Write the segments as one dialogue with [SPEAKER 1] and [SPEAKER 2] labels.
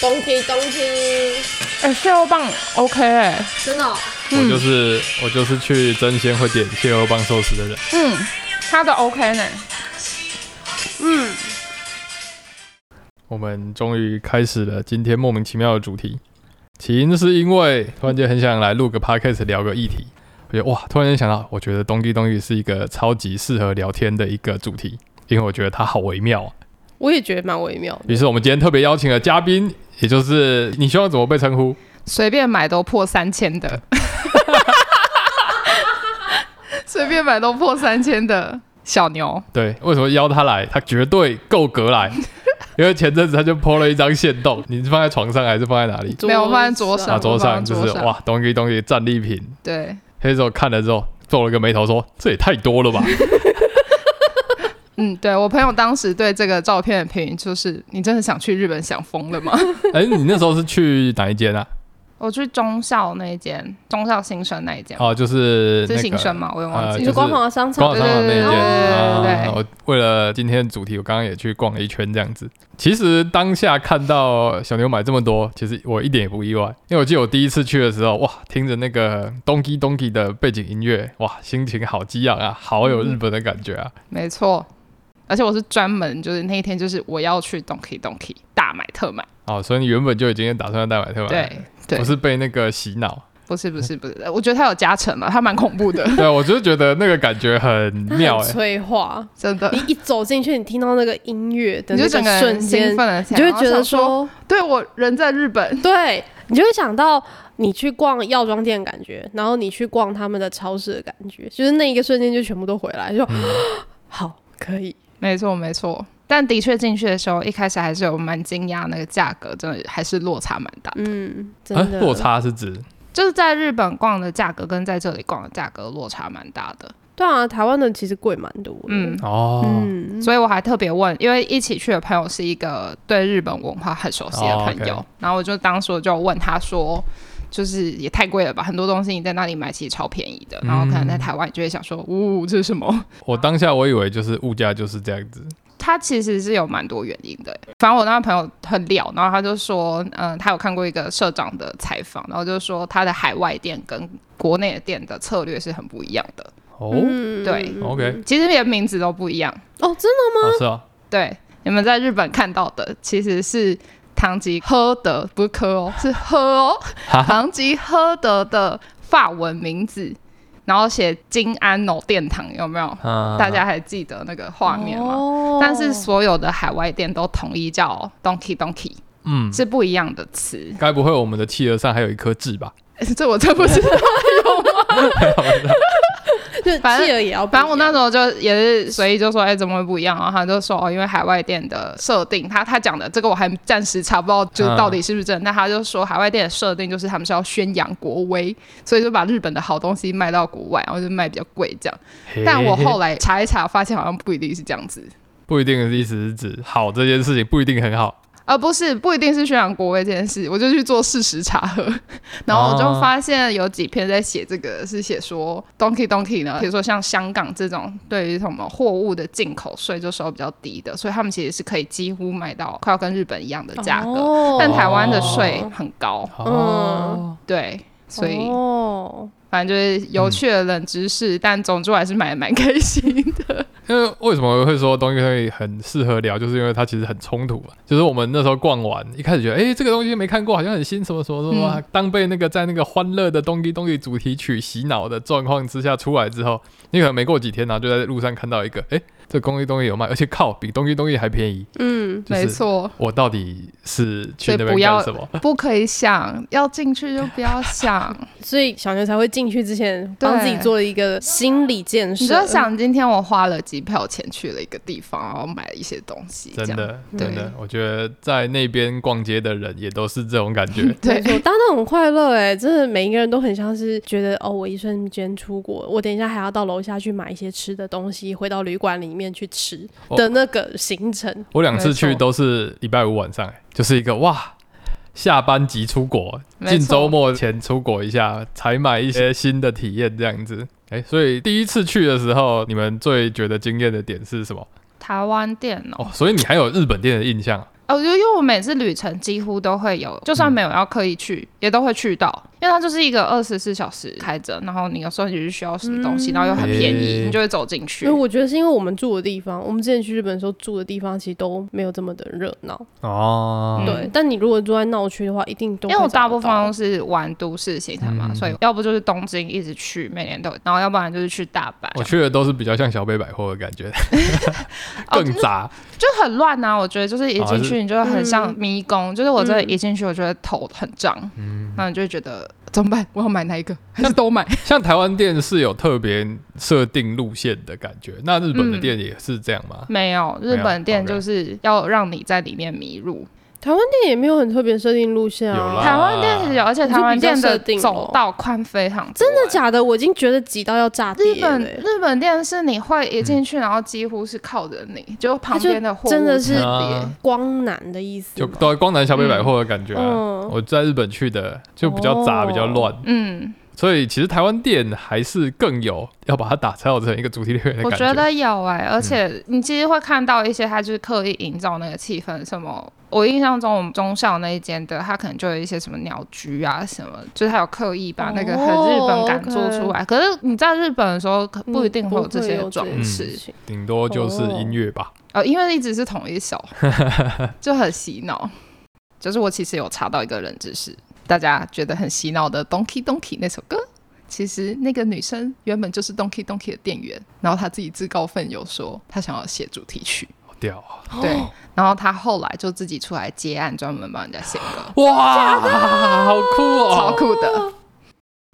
[SPEAKER 1] 东西东西，
[SPEAKER 2] 哎、蟹肉棒 OK 哎、
[SPEAKER 1] 真的哦、
[SPEAKER 2] 嗯
[SPEAKER 3] 我就是我就是去争鲜会点蟹肉棒寿司的人。
[SPEAKER 2] 嗯，它的 OK 呢、
[SPEAKER 1] 嗯，
[SPEAKER 3] 我们终于开始了今天莫名其妙的主题，起因是因为突然间很想来录个 podcast 聊个议题，我觉得哇，突然间想到，我觉得东地东地是一个超级适合聊天的一个主题，因为我觉得它好微妙啊。
[SPEAKER 1] 我也觉得蛮微妙的。
[SPEAKER 3] 于是我们今天特别邀请了嘉宾，也就是你希望怎么被称呼？
[SPEAKER 2] 随便买都破三千的， 随便买都破三千的小牛，
[SPEAKER 3] 对，为什么邀他来？他绝对够格来，因为前阵子他就 po 了一张线动，你是放在床上还是放在哪里？
[SPEAKER 2] 没有我放在桌上
[SPEAKER 3] 啊，桌上
[SPEAKER 2] 我放在
[SPEAKER 3] 就
[SPEAKER 2] 桌
[SPEAKER 3] 是
[SPEAKER 2] 上
[SPEAKER 3] 哇，东西东西战利品，
[SPEAKER 2] 对，
[SPEAKER 3] 黑手看了之后皱了个眉头说：“这也太多 了吧
[SPEAKER 2] 嗯，对我朋友当时对这个照片的评语就是：你真的想去日本想疯了吗？！”
[SPEAKER 3] 哎、你那时候是去哪一间啊？
[SPEAKER 2] 我去中校那一间，中校新生那一间，
[SPEAKER 3] 哦，就是
[SPEAKER 2] 是
[SPEAKER 3] 那
[SPEAKER 2] 新生
[SPEAKER 3] 个
[SPEAKER 2] 吗？我也忘
[SPEAKER 3] 呃
[SPEAKER 2] 记
[SPEAKER 1] 你
[SPEAKER 3] 就
[SPEAKER 1] 说
[SPEAKER 2] 了。
[SPEAKER 3] 是
[SPEAKER 1] 光华商
[SPEAKER 3] 广
[SPEAKER 1] 场
[SPEAKER 3] 场商场那一
[SPEAKER 2] 对对对
[SPEAKER 3] 间。
[SPEAKER 2] 对对
[SPEAKER 3] 啊，我为了今天的主题，我刚刚也去逛了一圈这样子。其实当下看到小牛买这么多，其实我一点也不意外，因为我记得我第一次去的时候，哇，听着那个咚叽咚叽的背景音乐，哇，心情好激昂啊，好有日本的感觉啊！
[SPEAKER 2] 没错，而且我是专门就是那一天就是我要去 Donkey Donkey 大买特买，
[SPEAKER 3] 哦，所以你原本就已经打算要带买特买，
[SPEAKER 2] 对对
[SPEAKER 3] 我，是被那个洗脑。
[SPEAKER 2] 不是不是不是，呃我觉得它有加成了，它蛮恐怖 的，
[SPEAKER 3] 对，我就是觉得那个感觉很
[SPEAKER 1] 它
[SPEAKER 3] 妙
[SPEAKER 1] 很
[SPEAKER 3] 哎、
[SPEAKER 1] 催化。
[SPEAKER 2] 真的
[SPEAKER 1] 你，一走进去，你听到那个音乐的
[SPEAKER 2] 你
[SPEAKER 1] 那
[SPEAKER 2] 就整个
[SPEAKER 1] 个瞬
[SPEAKER 2] 人兴
[SPEAKER 1] 间，
[SPEAKER 2] 奋了起
[SPEAKER 1] 你
[SPEAKER 2] 来，
[SPEAKER 1] 就会
[SPEAKER 2] 然后
[SPEAKER 1] 觉得
[SPEAKER 2] 想说，
[SPEAKER 1] 说，
[SPEAKER 2] 对我人在日本，
[SPEAKER 1] 对你就会想到你去逛药妆店的感觉，然后你去逛他们的超市的感觉，就是那一个瞬间就全部都回来，就、
[SPEAKER 3] 嗯
[SPEAKER 1] 好可以。
[SPEAKER 2] 没错没错。但的确进去的时候，一开始还是有蛮惊讶，那个价格真的还是落差蛮大。
[SPEAKER 1] 嗯，真
[SPEAKER 3] 啊
[SPEAKER 1] 的、
[SPEAKER 3] 落差是指
[SPEAKER 2] 就是在日本逛的价格跟在这里逛的价格落差蛮大的，
[SPEAKER 1] 对啊，台湾的其实贵蛮多的。
[SPEAKER 2] 嗯，
[SPEAKER 3] 哦，
[SPEAKER 1] 嗯，
[SPEAKER 2] 所以我还特别问，因为一起去的朋友是一个对日本文化很熟悉的朋友，
[SPEAKER 3] 哦，OK
[SPEAKER 2] 然后我就当时我就问他说，就是也太贵了吧，很多东西你在那里买其实超便宜的，然后可能在
[SPEAKER 3] 嗯
[SPEAKER 2] 台湾你就会想说，呜、这是什么？
[SPEAKER 3] 我当下我以为就是物价就是这样子，
[SPEAKER 2] 他其实是有蛮多原因的。反正我那个朋友很聊，然后他就说，嗯、他有看过一个社长的采访，然后就说他的海外店跟国内的店的策略是很不一样的，
[SPEAKER 3] 哦，
[SPEAKER 1] 嗯
[SPEAKER 2] 对
[SPEAKER 1] 嗯
[SPEAKER 3] OK
[SPEAKER 1] 嗯
[SPEAKER 2] 其实连名字都不一样。
[SPEAKER 1] 哦，真的
[SPEAKER 3] 哦是啊，
[SPEAKER 2] 对，你们在日本看到的其实是唐吉诃德，不是科哦，是喝哦，唐吉诃德的法文名字，然后写金安诺殿堂，有没有？
[SPEAKER 3] 啊，
[SPEAKER 2] 大家还记得那个画面吗？
[SPEAKER 1] 哦
[SPEAKER 2] 但是所有的海外店都统一叫 Donkey Donkey，
[SPEAKER 3] 嗯，
[SPEAKER 2] 是不一样的词。
[SPEAKER 3] 该不会我们的企鹅上还有一颗痣吧？
[SPEAKER 2] 这我真不知道。
[SPEAKER 1] 就
[SPEAKER 2] 反正
[SPEAKER 1] 企鹅也要不一
[SPEAKER 2] 反
[SPEAKER 1] 样，
[SPEAKER 2] 正我那时候就也是随意就说，哎、怎么会不一样啊？他就说，哦，因为海外店的设定，他他讲的这个我还暂时查不到，就是到底是不是真的。但他就说，海外店的设定就是他们是要宣扬国威，所以就把日本的好东西卖到国外，然后就卖比较贵这样。但我后
[SPEAKER 3] 来
[SPEAKER 2] 来查一查，发现好像不一定是这样子。
[SPEAKER 3] 不一定的意思是指好这件事情不一定很好，
[SPEAKER 2] 呃，不是，不一定是宣扬国威这件事，我就去做事实查核，然后我就发现有几篇在写这个，是写说 Donkey Donkey 呢，比如说像香港这种对于什么货物的进口税就收比较低的，所以他们其实是可以几乎卖到快要跟日本一样的价格，
[SPEAKER 1] 哦
[SPEAKER 2] 但台湾的税很高，
[SPEAKER 3] 哦，
[SPEAKER 2] 对，所以
[SPEAKER 1] 哦，
[SPEAKER 2] 反正就是有趣的冷知识，但总之我还是买的蛮开心的，
[SPEAKER 3] 因为为什么会说东西会很适合聊，就是因为它其实很冲突嘛。就是我们那时候逛完，一开始觉得，哎、这个东西没看过，好像很新，什么什么什么
[SPEAKER 2] 嗯
[SPEAKER 3] 啊、当被那个在那个欢乐的东西东西主题曲洗脑的状况之下出来之后，你可能没过几天、然后就在路上看到一个，哎、这东西东西有卖，而且靠，比东西东西还便宜。
[SPEAKER 1] 嗯，
[SPEAKER 3] 就是
[SPEAKER 2] 没错。
[SPEAKER 3] 我到底是去
[SPEAKER 2] 所以
[SPEAKER 3] 那边
[SPEAKER 2] 不要
[SPEAKER 3] 干什么？
[SPEAKER 2] 不可以想，要进去就不要想。
[SPEAKER 1] 所以小牛才会进去之前帮自己做了一个心理建设。嗯
[SPEAKER 2] 你就想今天我花了机票钱去了一个地方，然后买了一些东西，
[SPEAKER 3] 真
[SPEAKER 2] 这样
[SPEAKER 3] 的，真
[SPEAKER 2] 对。
[SPEAKER 3] 的，我觉得在那边逛街的人也都是这种感觉
[SPEAKER 2] 对
[SPEAKER 1] 没错，大家都很快乐哎、真的每一个人都很像是觉得哦，我一瞬间出国，我等一下还要到楼下去买一些吃的东西，回到旅馆里面去吃
[SPEAKER 3] 哦
[SPEAKER 1] 的那个行程。
[SPEAKER 3] 我两次
[SPEAKER 2] 没
[SPEAKER 3] 去
[SPEAKER 2] 错
[SPEAKER 3] 都是礼拜五晚上、欸，就是一个哇，下班即出国，
[SPEAKER 2] 没错
[SPEAKER 3] 近周末前出国一下，才买一些新的体验这样子。哎、所以第一次去的时候，你们最觉得惊艳的点是什么？
[SPEAKER 2] 台湾店哦、
[SPEAKER 3] 哦，所以你还有日本店的印象？
[SPEAKER 2] 哦，就因为我每次旅程几乎都会有，就算没有要刻意去，也都会去到，因为它就是一个二十四小时开着，然后你有时候你就需要什么东西，然后又很便宜，
[SPEAKER 3] 诶
[SPEAKER 2] 你就会走进去
[SPEAKER 1] 因为。我觉得是因为我们住的地方，我们之前去日本的时候住的地方其实都没有这么的热闹。
[SPEAKER 3] 哦，
[SPEAKER 1] 对，但你如果住在闹区的话，一定都
[SPEAKER 2] 因为
[SPEAKER 1] 会
[SPEAKER 2] 我
[SPEAKER 1] 找
[SPEAKER 2] 大
[SPEAKER 1] 得
[SPEAKER 2] 部分
[SPEAKER 1] 到
[SPEAKER 2] 都是玩都市行程嘛，
[SPEAKER 3] 嗯
[SPEAKER 2] 所以要不就是东京一直去，每年都有，然后要不然就是去大阪，
[SPEAKER 3] 我去的都是比较像小北百货的感觉，
[SPEAKER 2] 哦
[SPEAKER 3] 更杂。
[SPEAKER 2] 就很乱呐、我觉得就是一
[SPEAKER 3] 哦
[SPEAKER 2] 进
[SPEAKER 3] 是
[SPEAKER 2] 去你就会很像
[SPEAKER 1] 嗯
[SPEAKER 2] 迷宫，就是我真的
[SPEAKER 1] 嗯
[SPEAKER 2] 一进去，我觉得头很胀，
[SPEAKER 3] 嗯
[SPEAKER 2] 然后你就会觉得怎么办？我要买哪一个？还是都 买？
[SPEAKER 3] 像台湾店是有特别设定路线的感觉，那日本的店也是这样吗？
[SPEAKER 2] 没有，
[SPEAKER 3] 有
[SPEAKER 2] 日本店
[SPEAKER 3] OK
[SPEAKER 2] 就是要让你在里面迷路。
[SPEAKER 1] 台湾店也没有很特别设定路线
[SPEAKER 3] 有
[SPEAKER 1] 啊
[SPEAKER 3] 啦。
[SPEAKER 2] 台湾店是有，而且台湾店的
[SPEAKER 1] 就比较设定咯
[SPEAKER 2] 走道宽非常多，
[SPEAKER 1] 真的假的？我已经觉得挤到要炸
[SPEAKER 2] 日
[SPEAKER 1] 裂了
[SPEAKER 2] 本
[SPEAKER 1] 欸。
[SPEAKER 2] 日本店是你会
[SPEAKER 3] 嗯
[SPEAKER 2] 一进去，然后几乎是靠着你，就旁边的货物
[SPEAKER 1] 真的是
[SPEAKER 2] 叠
[SPEAKER 3] 啊
[SPEAKER 1] 光南的意思
[SPEAKER 3] 就
[SPEAKER 1] 吗，
[SPEAKER 3] 对光南小北百货的感觉、啊。
[SPEAKER 1] 嗯
[SPEAKER 2] 哦
[SPEAKER 3] 我在日本去的就比较杂，
[SPEAKER 1] 哦
[SPEAKER 3] 比较乱，
[SPEAKER 2] 嗯，
[SPEAKER 3] 所以其实台湾店还是更有要把它打造成一个主题乐园的
[SPEAKER 2] 我
[SPEAKER 3] 感
[SPEAKER 2] 觉得有哎、而且你其实会看到一些他就是刻意营造那个气氛，什么我印象中我们中校那一间的，他可能就有一些什么鸟居啊什么，就是他有刻意把那个很日本感做出来。可是你在日本的时候，可不一定会有这些装
[SPEAKER 1] 嗯不会有这
[SPEAKER 2] 饰
[SPEAKER 1] 件，事情
[SPEAKER 3] 顶多就是音乐吧。
[SPEAKER 2] 呃，因为一直是同一首，就很洗脑。就是我其实有查到一个冷知识，大家觉得很洗脑的《Donkey Donkey》那首歌，其实那个女生原本就是 Donkey Donkey 的店员，然后她自己自告奋勇说她想要写主题曲，
[SPEAKER 3] 好屌啊！
[SPEAKER 2] 对，然后她后来就自己出来接案，专门帮人家写歌，
[SPEAKER 3] 哇，好酷
[SPEAKER 2] 超
[SPEAKER 3] 哦！
[SPEAKER 2] 酷的。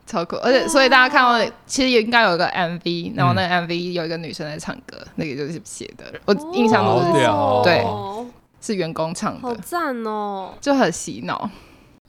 [SPEAKER 2] 超酷，而且所以大家看到，其实也应该有一个 MV，然后那个 MV 有一个女生在唱歌，那个就是写的，我印象中
[SPEAKER 3] 好
[SPEAKER 2] 是
[SPEAKER 1] 啊
[SPEAKER 3] 屌哦
[SPEAKER 2] 对是员工唱
[SPEAKER 1] 好
[SPEAKER 2] 的，
[SPEAKER 1] 赞哦！
[SPEAKER 2] 就很洗脑。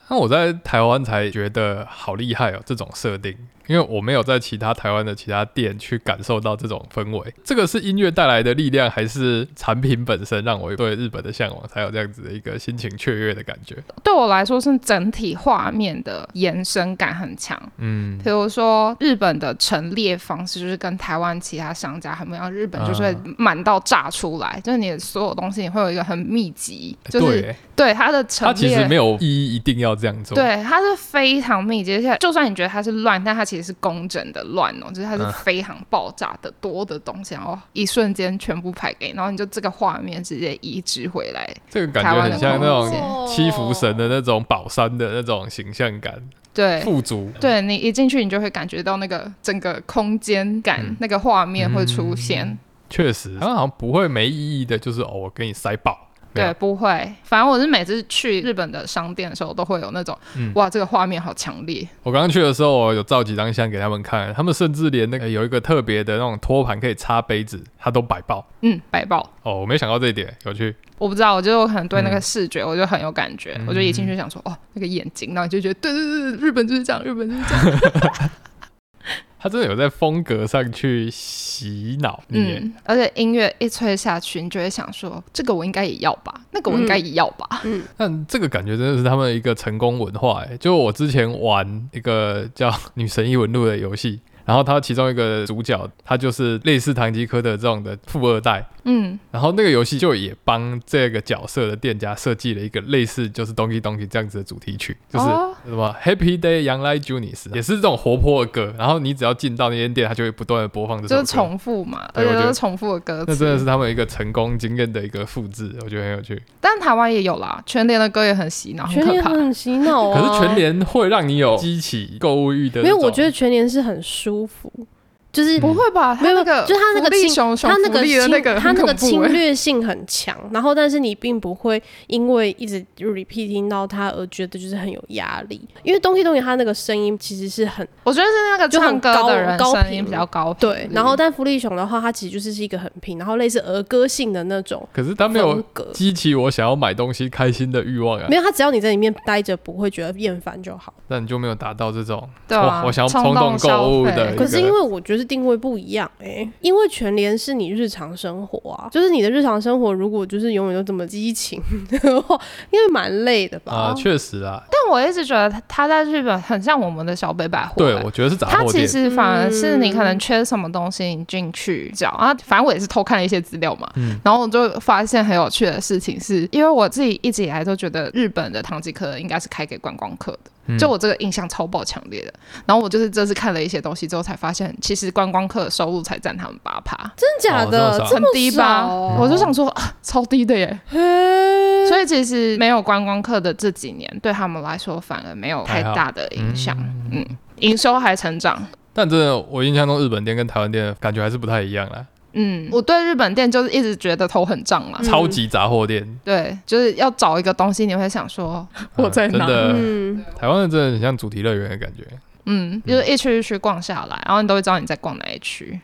[SPEAKER 3] 那我在台湾才觉得好厉害哦，这种设定，因为我没有在其他台湾的其他店去感受到这种氛围。这个是音乐带来的力量，还是产品本身让我对日本的向往，才有这样子的一个心情雀跃的感觉？
[SPEAKER 2] 对我来说是整体画面的延伸感很强。
[SPEAKER 3] 嗯
[SPEAKER 2] 比如说日本的陈列方式，就是跟台湾其他商家很不一样，日本就是会
[SPEAKER 3] 嗯
[SPEAKER 2] 满到炸出来，就是你的所有东西你会有一个很密集，
[SPEAKER 3] 欸
[SPEAKER 2] 就是
[SPEAKER 3] 对欸，
[SPEAKER 2] 对它的陈
[SPEAKER 3] 它
[SPEAKER 2] 列，
[SPEAKER 3] 其实没有意义，一定要这样做。，
[SPEAKER 2] 对，它是非常密集，而且就算你觉得它是乱，但它其实是工整的乱哦，就是它是
[SPEAKER 3] 嗯
[SPEAKER 2] 非常爆炸的多的东西，然后一瞬间全部排给你，然后你就这个画面直接移植回来，
[SPEAKER 3] 这个感觉很像那
[SPEAKER 2] 台湾的
[SPEAKER 3] 种
[SPEAKER 1] 哦
[SPEAKER 3] 七福神的那种宝山的那种形象感，
[SPEAKER 2] 对，
[SPEAKER 3] 富足。
[SPEAKER 2] 对你一进去，你就会感觉到那个整个空间感，
[SPEAKER 3] 嗯
[SPEAKER 2] 那个画面会出现。
[SPEAKER 3] 确实，他好像不会没意义的，就是哦，我给你塞爆。没有
[SPEAKER 2] 对，，不会。反正我是每次去日本的商店的时候，都会有那种、
[SPEAKER 3] 嗯
[SPEAKER 2] 哇，这个画面好强烈。
[SPEAKER 3] 我刚刚去的时候，我有照几张相给他们看，他们甚至连那个哎有一个特别的那种托盘可以插杯子，他都摆爆。
[SPEAKER 2] 嗯，白爆。
[SPEAKER 3] 哦，我没想到这一点，有趣。
[SPEAKER 2] 我不知道，我就很对那个
[SPEAKER 3] 嗯
[SPEAKER 2] 视觉，我就很有感觉。我就一进去想说，哦，那个眼睛，然后你就觉得，对对对，对日本就是这样，日本就是这样。
[SPEAKER 3] 他真的有在风格上去洗脑你耶。
[SPEAKER 2] 嗯，而且音乐一吹下去，你就会想说，这个我应该也要吧，那个我应该也要吧。
[SPEAKER 3] 嗯但这个感觉真的是他们一个成功文化、欸。就我之前玩一个叫 《女神异闻录》的游戏，然后它其中一个主角，他就是类似唐吉诃德这种的富二代，
[SPEAKER 2] 嗯，
[SPEAKER 3] 然后那个游戏就也帮这个角色的店家设计了一个类似就是 Donkey Donkey 这样子的主题曲，就是
[SPEAKER 2] 哦
[SPEAKER 3] 什么 Happy Day 杨来 Junis，也是这种活泼的歌。然后你只要进到那间店，它就会不断的播放这
[SPEAKER 2] 就
[SPEAKER 3] 首
[SPEAKER 2] 是
[SPEAKER 3] 歌。
[SPEAKER 2] 重复嘛，而
[SPEAKER 3] 对
[SPEAKER 2] 且
[SPEAKER 3] 我觉
[SPEAKER 2] 都
[SPEAKER 3] 得
[SPEAKER 2] 是重复的歌词。
[SPEAKER 3] 那真的是他们一个成功经验的一个复制，我觉得很有趣。
[SPEAKER 2] 但台湾也有啦，全联的歌也很洗脑，很
[SPEAKER 1] 全
[SPEAKER 2] 可
[SPEAKER 1] 年
[SPEAKER 2] 怕。
[SPEAKER 1] 很洗
[SPEAKER 2] 哦
[SPEAKER 1] 脑
[SPEAKER 3] 可
[SPEAKER 1] 啊，
[SPEAKER 3] 是全联会让你有激起购物欲的
[SPEAKER 1] 没
[SPEAKER 3] 那
[SPEAKER 1] 有，
[SPEAKER 3] 种，嗯
[SPEAKER 1] 我觉得全年是很舒服，就是
[SPEAKER 2] 不会吧？
[SPEAKER 1] 没有
[SPEAKER 2] 那个
[SPEAKER 1] 就是他那个
[SPEAKER 2] 福利
[SPEAKER 1] 侵
[SPEAKER 2] 熊熊
[SPEAKER 1] 它那
[SPEAKER 2] 福
[SPEAKER 1] 个
[SPEAKER 2] 利
[SPEAKER 1] 侵
[SPEAKER 2] 的那个，
[SPEAKER 1] 它那个侵
[SPEAKER 2] 很恐怖欸
[SPEAKER 1] 略性很强，然后但是你并不会因为一直 repeat 听到它而觉得就是很有压力，因为东西东西它那个声音其实是很
[SPEAKER 2] 我觉得是那个
[SPEAKER 1] 就很
[SPEAKER 2] 唱歌
[SPEAKER 1] 高
[SPEAKER 2] 的人
[SPEAKER 1] 高
[SPEAKER 2] 声
[SPEAKER 1] 频
[SPEAKER 2] 音比较高嗯频
[SPEAKER 1] 对，然后但福利熊的话，它其实就是是一个很平，然后类似儿歌性的那种
[SPEAKER 3] 可是他没
[SPEAKER 1] 风
[SPEAKER 3] 有
[SPEAKER 1] 格。
[SPEAKER 3] 激起我想要买东西开心的欲望啊
[SPEAKER 1] 没，有，它只要你在里面待着不会觉得厌烦就好。
[SPEAKER 3] 那你就没有达到这种
[SPEAKER 2] 对啊
[SPEAKER 3] 哇，我想要
[SPEAKER 2] 冲
[SPEAKER 3] 冲
[SPEAKER 2] 动
[SPEAKER 3] 动购物
[SPEAKER 2] 消费
[SPEAKER 3] 的一个。
[SPEAKER 1] 可是因为我觉得定位不一样哎、因为全联是你日常生活啊，就是你的日常生活如果就是永远都这么激情的话，因为蛮累的吧？
[SPEAKER 2] 哦
[SPEAKER 3] 啊，确实啊，
[SPEAKER 2] 但我一直觉得它在日本很像我们的小北百货、
[SPEAKER 3] 对，
[SPEAKER 2] 欸
[SPEAKER 3] 我觉得是杂
[SPEAKER 2] 它
[SPEAKER 3] 货
[SPEAKER 2] 其
[SPEAKER 3] 店。
[SPEAKER 2] 实反而是你可能
[SPEAKER 1] 嗯
[SPEAKER 2] 缺什么东西，你进去找啊。反正我也是偷看了一些资料嘛，
[SPEAKER 3] 嗯
[SPEAKER 2] 然后我就发现很有趣的事情是，因为我自己一直以来都觉得日本的唐吉诃德应该是开给观光客的，
[SPEAKER 3] 嗯
[SPEAKER 2] 就我这个印象超爆强烈的。然后我就是这次看了一些东西之后，才发现其实观光客的收入才占他们八趴，
[SPEAKER 1] 真的假的？
[SPEAKER 3] 哦
[SPEAKER 1] 这
[SPEAKER 2] 很
[SPEAKER 1] 么
[SPEAKER 2] 低吧？
[SPEAKER 1] 少哦
[SPEAKER 2] 我就想说、啊，超低的 耶。
[SPEAKER 1] 嘿
[SPEAKER 2] 所以其实没有观光客的这几年，对他们来说反而没有太大的影响，嗯，营收还成长。
[SPEAKER 3] 但真的，我印象中日本店跟台湾店感觉还是不太一样啦，
[SPEAKER 2] 嗯，我对日本店就是一直觉得头很胀嘛。
[SPEAKER 1] 嗯
[SPEAKER 3] 超级杂货店。
[SPEAKER 2] 对，就是要找一个东西，你会想说 我在
[SPEAKER 3] 啊真
[SPEAKER 2] 哪？
[SPEAKER 3] 的，
[SPEAKER 1] 嗯，
[SPEAKER 3] 台湾的真的很像主题乐园的感觉。
[SPEAKER 2] 嗯，就是一区一区逛下来，然后你都会知道你在逛哪一区。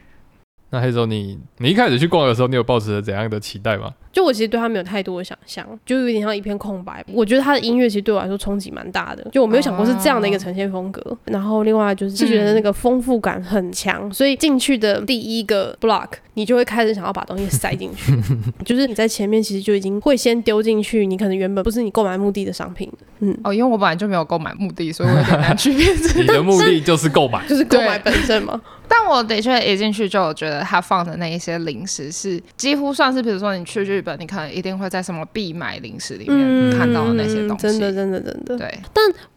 [SPEAKER 3] 那黑手你，你一开始去逛的时候，你有抱持着怎样的期 待吗？
[SPEAKER 1] 就我其实对他没有太多的想象，就有点像一片空白。我觉得他的音乐其实对我来说冲击蛮大的，就我没有想过是这样的一个呈现风格。然后另外就是视觉的那个丰富感很强，所以进去的第一个 block，你就会开始想要把东西塞进去。就是你在前面其实就已经会先丢进去，你可能原本不是你购买目的的商品，嗯，
[SPEAKER 2] 哦，因为我本来就没有购买目的，所以我有点难区别这
[SPEAKER 3] 你的目的就是购买，
[SPEAKER 1] 就是购买
[SPEAKER 2] 对
[SPEAKER 1] 本身嘛。
[SPEAKER 2] 但我的确一进去就有觉得他放的那一些零食是几乎算是，比如说你去日本，你可能一定会在什么必买零食里面看到的那些东西。
[SPEAKER 1] 嗯真的，真的，真的。
[SPEAKER 2] 对，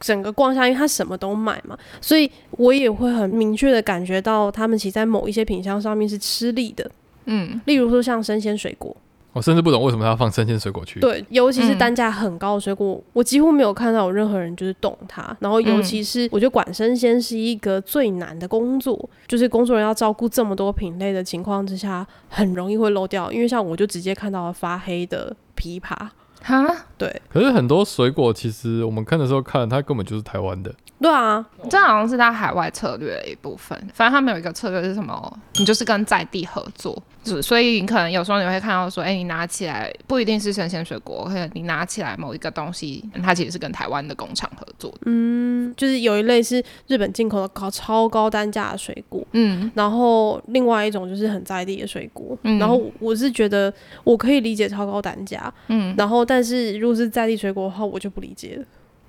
[SPEAKER 1] 整个逛下，因为他什么都买嘛，所以我也会很明确的感觉到，他们其实在某一些品相上面是吃力的，
[SPEAKER 2] 嗯，
[SPEAKER 1] 例如说像生鲜水果，
[SPEAKER 3] 我甚至不懂为什么他要放生鲜水果去。，
[SPEAKER 1] 对，尤其是
[SPEAKER 2] 嗯
[SPEAKER 1] 单价很高的水果，我几乎没有看到有任何人就是动它。然后，尤其是我觉得管生鲜是一个最难的工作，就是工作人员要照顾这么多品类的情况之下，很容易会漏掉。因为像我就直接看到了发黑的枇杷，
[SPEAKER 2] 哈，
[SPEAKER 1] 对，
[SPEAKER 3] 可是很多水果其实我们看的时候看，它根本就是台湾的。
[SPEAKER 1] 对啊，
[SPEAKER 2] 这好像是他海外策略的一部分。反正他们有一个策略是什么？你就是跟在地合作，就是所以你可能有时候你会看到说，哎、你拿起来不一定是生鲜水果，可能你拿起来某一个东西，它其实是跟台湾的工厂合作的。
[SPEAKER 1] 嗯，就是有一类是日本进口的高超高单价的水果，
[SPEAKER 2] 嗯，
[SPEAKER 1] 然后另外一种就是很在地的水果，
[SPEAKER 2] 嗯
[SPEAKER 1] 然后我是觉得我可以理解超高单价，
[SPEAKER 2] 嗯，
[SPEAKER 1] 然后但是如果是在地水果的话，我就不理解了，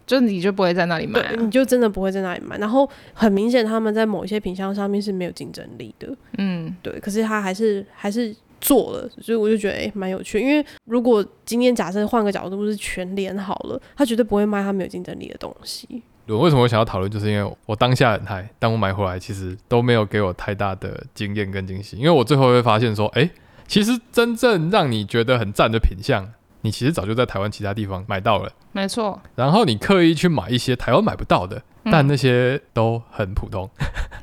[SPEAKER 2] 就你就不会在那里买、
[SPEAKER 1] 对，
[SPEAKER 2] 啊
[SPEAKER 1] 你。就真的不会在那里买。然后很明显他们在某一些品相上面是没有竞争力的，
[SPEAKER 2] 嗯，
[SPEAKER 1] 对，可是他还是还是做了，所以我就觉得诶蛮、有趣。因为如果今天假设换个角度是全联好了，他绝对不会卖他没有竞争力的东西，
[SPEAKER 3] 我为什么我想要讨论，就是因为我当下很嗨，但我买回来其实都没有给我太大的经验跟惊喜，因为我最后会发现说，哎、其实真正让你觉得很赞的品相，你其实早就在台湾其他地方买到了，
[SPEAKER 2] 没错。
[SPEAKER 3] 然后你刻意去买一些台湾买不到的，
[SPEAKER 2] 嗯
[SPEAKER 3] 但那些都很普通。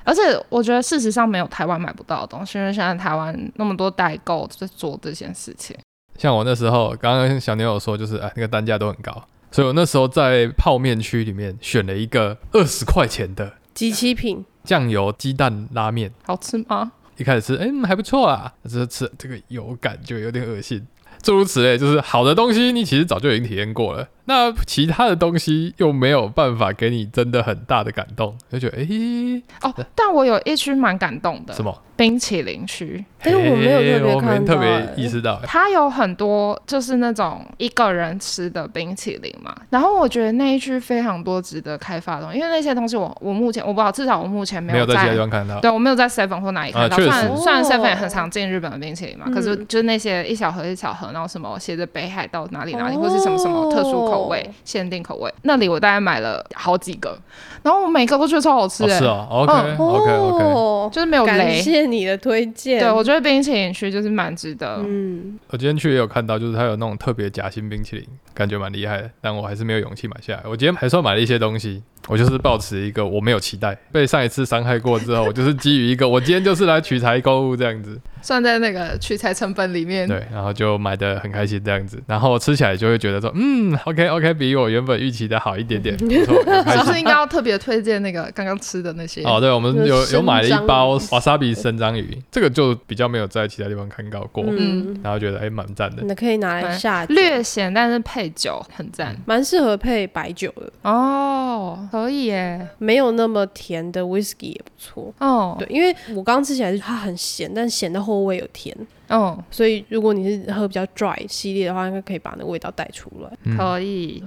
[SPEAKER 2] 而且我觉得事实上没有台湾买不到的东西，因为现在台湾那么多代购在做这件事情。
[SPEAKER 3] 像我那时候，刚刚小牛有说，就是哎，那个单价都很高，所以我那时候在泡面区里面选了一个二十块钱的
[SPEAKER 1] 即期品，
[SPEAKER 3] 酱油鸡蛋拉面。
[SPEAKER 2] 好吃 吗？
[SPEAKER 3] 一开始吃，哎、嗯还不错啊，只是吃这个有感觉有点恶心。诸如此类，就是好的东西，你其实早就已经体验过了。那其他的东西又没有办法给你真的很大的感动，就觉得哎、诶
[SPEAKER 2] 哦，但我有一区蛮感动的，
[SPEAKER 3] 什么？
[SPEAKER 2] 冰淇淋区，
[SPEAKER 1] 但是我没有特别
[SPEAKER 3] 嘿我没
[SPEAKER 1] 看
[SPEAKER 3] 特
[SPEAKER 1] 到
[SPEAKER 3] 别
[SPEAKER 1] 诶
[SPEAKER 3] 意识到、诶
[SPEAKER 2] 它有很多就是那种一个人吃的冰淇淋嘛。然后我觉得那一区非常多值得开发的东西，因为那些东西我我目前我不知道，至少我目前没
[SPEAKER 3] 没有
[SPEAKER 2] 在
[SPEAKER 3] 在其他地方看到。
[SPEAKER 2] 对，我没有在 Seven 或哪里看到。
[SPEAKER 3] 啊
[SPEAKER 2] 虽
[SPEAKER 3] 确实
[SPEAKER 2] 然虽然
[SPEAKER 1] 哦
[SPEAKER 2] Seven 也很常进日本的冰淇淋嘛，可是
[SPEAKER 1] 嗯
[SPEAKER 2] 就是那些一小盒一小盒，然后什么写着北海道哪里哪里，
[SPEAKER 1] 哦
[SPEAKER 2] 或是什么什么特殊口味、限定口味，那里我大概买了好几个，然后我每个都觉得超好吃
[SPEAKER 3] 哦，
[SPEAKER 2] 哎、
[SPEAKER 3] 是哦，OK OK OK，
[SPEAKER 1] 哦
[SPEAKER 2] 就是没有
[SPEAKER 1] 啊感
[SPEAKER 2] 雷。
[SPEAKER 1] 谢你的推荐。
[SPEAKER 2] 对，我觉得冰淇淋区就是蛮值得。
[SPEAKER 1] 嗯，
[SPEAKER 3] 我今天去也有看到，就是它有那种特别夹心冰淇淋，感觉蛮厉害的，但我还是没有勇气买下来。我今天还算买了一些东西，我就是抱持一个我没有期待，被上一次伤害过之后，我就是基于一个我今天就是来取材购物这样子，
[SPEAKER 2] 算在那个取材成本里
[SPEAKER 1] 嗯
[SPEAKER 2] 面。
[SPEAKER 3] 对，然后就买的很开心这样子，然后吃起来就会觉得说，嗯，OK OK，比我原本预期的好一点点，不错，
[SPEAKER 2] 是
[SPEAKER 3] 很开
[SPEAKER 2] 不是
[SPEAKER 3] 心。
[SPEAKER 2] 应该要特别推荐那个刚刚吃的那些？
[SPEAKER 3] 哦，对，我们有有买了一包
[SPEAKER 1] 生章鱼
[SPEAKER 3] wasabi 生章鱼，这个就比较没有在其他地方看到过，
[SPEAKER 1] 嗯，
[SPEAKER 3] 然后觉得哎蛮赞的。
[SPEAKER 1] 你可以拿来下酒，
[SPEAKER 2] 略咸，但是配酒很赞
[SPEAKER 1] 蛮适合配白酒的，
[SPEAKER 3] 嗯
[SPEAKER 2] 哦，可以耶，
[SPEAKER 1] 没有那么甜的 whisky 也不错。
[SPEAKER 2] 哦，
[SPEAKER 1] 对，因为我刚吃起来是它很咸，但咸的后味有甜，
[SPEAKER 2] 哦，
[SPEAKER 1] 所 以如果你是喝比较 dry 系列的话，应该可以把那个味道带出来。
[SPEAKER 3] 嗯
[SPEAKER 2] 可以，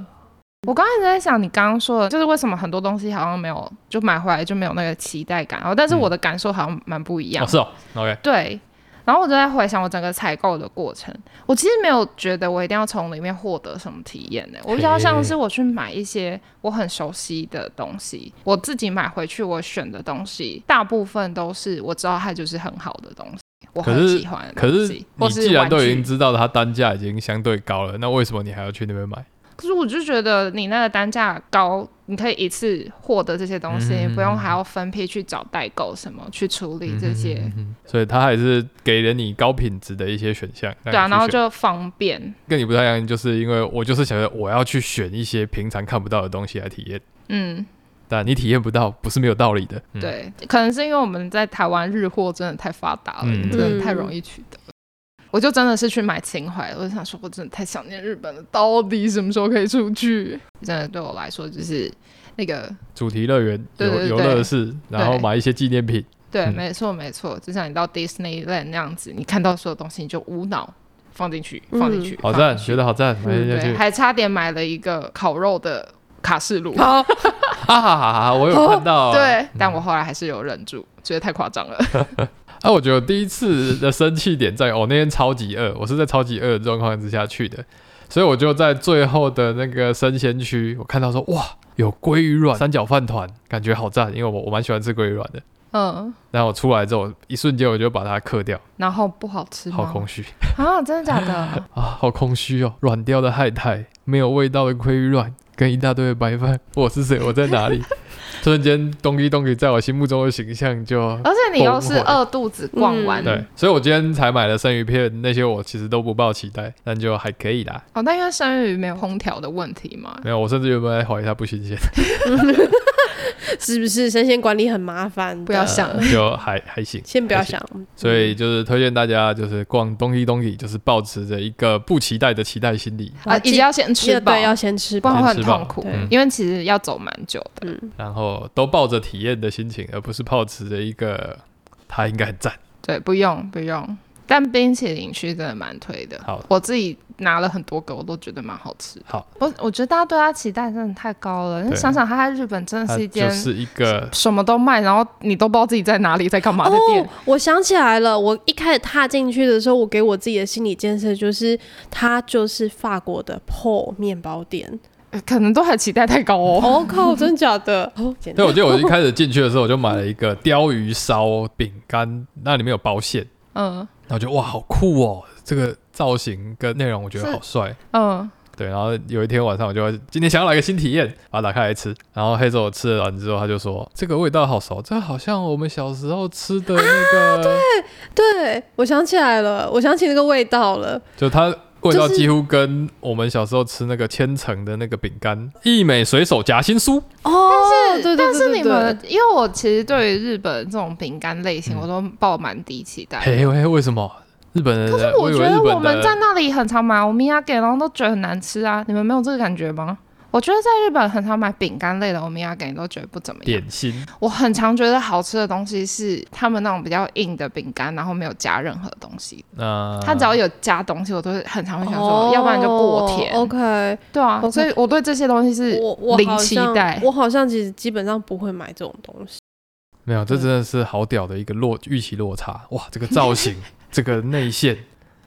[SPEAKER 2] 我刚才在想，你刚刚说的，就是为什么很多东西好像没有，就买回来就没有那个期待感。然后，但是我的感受好像蛮不一样。
[SPEAKER 1] 啊
[SPEAKER 3] 哦，是哦，OK，
[SPEAKER 2] 对。然后我就在回想我整个采购的过程，我其实没有觉得我一定要从里面获得什么体验欸呢、我比较像是我去买一些我很熟悉的东西，我自己买回去我选的东西，大部分都是我知道它就是很好的东西，我
[SPEAKER 3] 可
[SPEAKER 2] 很
[SPEAKER 3] 是
[SPEAKER 2] 喜欢的
[SPEAKER 3] 可
[SPEAKER 2] 东
[SPEAKER 3] 是
[SPEAKER 2] 西。
[SPEAKER 3] 你
[SPEAKER 2] 或
[SPEAKER 3] 既然
[SPEAKER 2] 玩
[SPEAKER 3] 都已
[SPEAKER 2] 具
[SPEAKER 3] 经知道它单价已经相对高了，那为什么你还要去那边买？
[SPEAKER 2] 可是我就觉得你那个单价高，你可以一次获得这些东西，
[SPEAKER 3] 嗯
[SPEAKER 2] 不用还要分批去找代购什么去处理这
[SPEAKER 3] 嗯
[SPEAKER 2] 些。
[SPEAKER 3] 所以它还是给了你高品质的一些选项。让
[SPEAKER 2] 对啊，
[SPEAKER 3] 你去
[SPEAKER 2] 然后
[SPEAKER 3] 选
[SPEAKER 2] 就方便，
[SPEAKER 3] 跟你不太一样，就是因为我就是想着我要去选一些平常看不到的东西来体验，
[SPEAKER 2] 嗯，
[SPEAKER 3] 但你体验不到不是没有道理的。嗯、，
[SPEAKER 2] 对，可能是因为我们在台湾日货真的太发达了，
[SPEAKER 3] 嗯
[SPEAKER 2] 真的太容易取得。我就真的是去买情怀，我就想说，我真的太想念日本了，到底什么时候可以出去？真的对我来说，就是那个
[SPEAKER 3] 主题乐园、
[SPEAKER 2] 对
[SPEAKER 3] 游
[SPEAKER 2] 对
[SPEAKER 3] 游
[SPEAKER 2] 对
[SPEAKER 3] 乐室，然后
[SPEAKER 2] 对
[SPEAKER 3] 买一些纪念品。
[SPEAKER 2] 对，
[SPEAKER 3] 嗯
[SPEAKER 2] 没错没错，就像你到 Disneyland 那样子，你看到所有东西你就无脑放进去，放进
[SPEAKER 1] 嗯
[SPEAKER 2] 去，
[SPEAKER 3] 好
[SPEAKER 2] 放
[SPEAKER 3] 赞，
[SPEAKER 2] 进去
[SPEAKER 3] 觉得好赞，买
[SPEAKER 1] 嗯
[SPEAKER 2] 对，
[SPEAKER 3] 下去
[SPEAKER 2] 还差点买了一个烤肉的卡式炉，
[SPEAKER 1] 好，
[SPEAKER 3] 啊 哈哈哈！我有看到、啊，
[SPEAKER 2] 对，但我后来还是有忍住，觉得太夸张 了。
[SPEAKER 3] 啊，我觉得我第一次的生气点在于哦我、那天超级饿，我是在超级饿的状况之下去的，所以我就在最后的那个生鲜区，我看到说哇，有鲑鱼卵三角饭团，感觉好赞，因为我我蛮喜欢吃鲑鱼卵的。
[SPEAKER 2] 嗯，
[SPEAKER 3] 然后我出来之后，一瞬间我就把它嗑掉，
[SPEAKER 2] 然后不好吃吗？
[SPEAKER 3] 好空虚
[SPEAKER 2] 啊，真的假 的？
[SPEAKER 3] 啊，好空虚哦，软掉的海苔，没有味道的鲑鱼卵，跟一大堆的白饭，我是谁？我在哪里？瞬间东西东西在我心目中的形象就
[SPEAKER 2] 而且你又是
[SPEAKER 3] 崩坏
[SPEAKER 2] 饿肚子逛完，
[SPEAKER 1] 嗯
[SPEAKER 3] 对，所以我今天才买了生鱼片，那些我其实都不抱期待，但就还可以啦。
[SPEAKER 2] 哦，但因为生鱼没有空调的问题嘛，
[SPEAKER 3] 没有，我甚至原本还怀疑它不新鲜，
[SPEAKER 1] 是不是生鲜管理很麻烦？啊
[SPEAKER 2] 不要 想了。
[SPEAKER 3] 就还还行。
[SPEAKER 1] 先不要想，
[SPEAKER 3] 所以就是推荐大家，就是逛东一东一，就是保持着一个不期待的期待心理，
[SPEAKER 2] 啊，一定要先吃
[SPEAKER 1] 要
[SPEAKER 2] 饱
[SPEAKER 1] 对，要先吃
[SPEAKER 2] 不
[SPEAKER 1] 饱
[SPEAKER 2] 然。会很
[SPEAKER 3] 先吃饱
[SPEAKER 2] 痛苦
[SPEAKER 1] 对，
[SPEAKER 3] 嗯
[SPEAKER 2] 因为其实要走蛮久的。
[SPEAKER 1] 嗯，
[SPEAKER 3] 然后都抱着体验的心情，而不是抱持着一个它应该很赞。
[SPEAKER 2] 对，不用不用。但冰淇淋区真的蛮推的，
[SPEAKER 3] 好
[SPEAKER 2] 我自己拿了很多个，我都觉得蛮好吃。
[SPEAKER 3] 好，
[SPEAKER 2] 我我觉得大家对它期待真的太高了。你
[SPEAKER 3] 对
[SPEAKER 2] 想想，它在日本真的
[SPEAKER 3] 它
[SPEAKER 2] 啊是一间
[SPEAKER 3] 就是一个
[SPEAKER 2] 什么都卖，然后你都不知道自己在哪里，在干 嘛的店
[SPEAKER 1] 哦。，我想起来了，我一开始踏进去的时候，我给我自己的心理建设就是，它就是法国的 PO 面包店。
[SPEAKER 2] 呃可能都还期待太高 哦。
[SPEAKER 1] 哦靠， 真假的？哦，简
[SPEAKER 3] 对，
[SPEAKER 1] 单
[SPEAKER 3] 我记得我一开始进去的时候，我就买了一个鲷鱼烧饼干，那里面有包馅，
[SPEAKER 2] 嗯
[SPEAKER 3] 然后就哇，好酷哦！这个造型跟内容我觉得
[SPEAKER 2] 是
[SPEAKER 3] 好帅。
[SPEAKER 2] 嗯，
[SPEAKER 3] 对，然后有一天晚上我就会今天想要来个新体验，把它打开来吃。然后黑手吃完之后，他就说这个味道好熟，这好像我们小时候吃的那个，
[SPEAKER 1] 对，我想起来了，我想起那个味道了。
[SPEAKER 3] 就它味道
[SPEAKER 1] 就是
[SPEAKER 3] 几乎跟我们小时候吃那个千层的那个饼干，益美水手夹心酥。
[SPEAKER 1] 哦，
[SPEAKER 2] 但是、
[SPEAKER 1] 对对对
[SPEAKER 2] 但是你
[SPEAKER 1] 对
[SPEAKER 2] 们，因为我其实对于日本这种饼干类型，
[SPEAKER 3] 嗯
[SPEAKER 2] 我都抱蛮低期待的。
[SPEAKER 3] 嘿嘿，为什么日本人？
[SPEAKER 2] 可是
[SPEAKER 3] 我
[SPEAKER 2] 我
[SPEAKER 3] 以
[SPEAKER 2] 觉
[SPEAKER 3] 为
[SPEAKER 2] 得
[SPEAKER 3] 日
[SPEAKER 2] 我
[SPEAKER 3] 本
[SPEAKER 2] 们在
[SPEAKER 3] 的
[SPEAKER 2] 那里很常买欧米亚给，然后都觉得很难吃啊。你们没有这个感觉吗？我觉得在日本很常买饼干类的欧米亚给，都觉得不怎么样。
[SPEAKER 3] 点心，
[SPEAKER 2] 我很常觉得好吃的东西是他们那种比较硬的饼干，然后没有加任何东西。
[SPEAKER 3] 那
[SPEAKER 2] 它只要有加东西，我都会很常会想说，要不然就过甜。
[SPEAKER 1] 哦 OK，
[SPEAKER 2] 对啊，
[SPEAKER 1] OK
[SPEAKER 2] 所以我对这些东西是
[SPEAKER 1] 我我
[SPEAKER 2] 零
[SPEAKER 1] 好
[SPEAKER 2] 期
[SPEAKER 1] 像
[SPEAKER 2] 待
[SPEAKER 1] 我好像其实基本上不会买这种东西。
[SPEAKER 3] 没有，这真的是好屌的一个落预期落差。哇，这个造型， 这个内馅，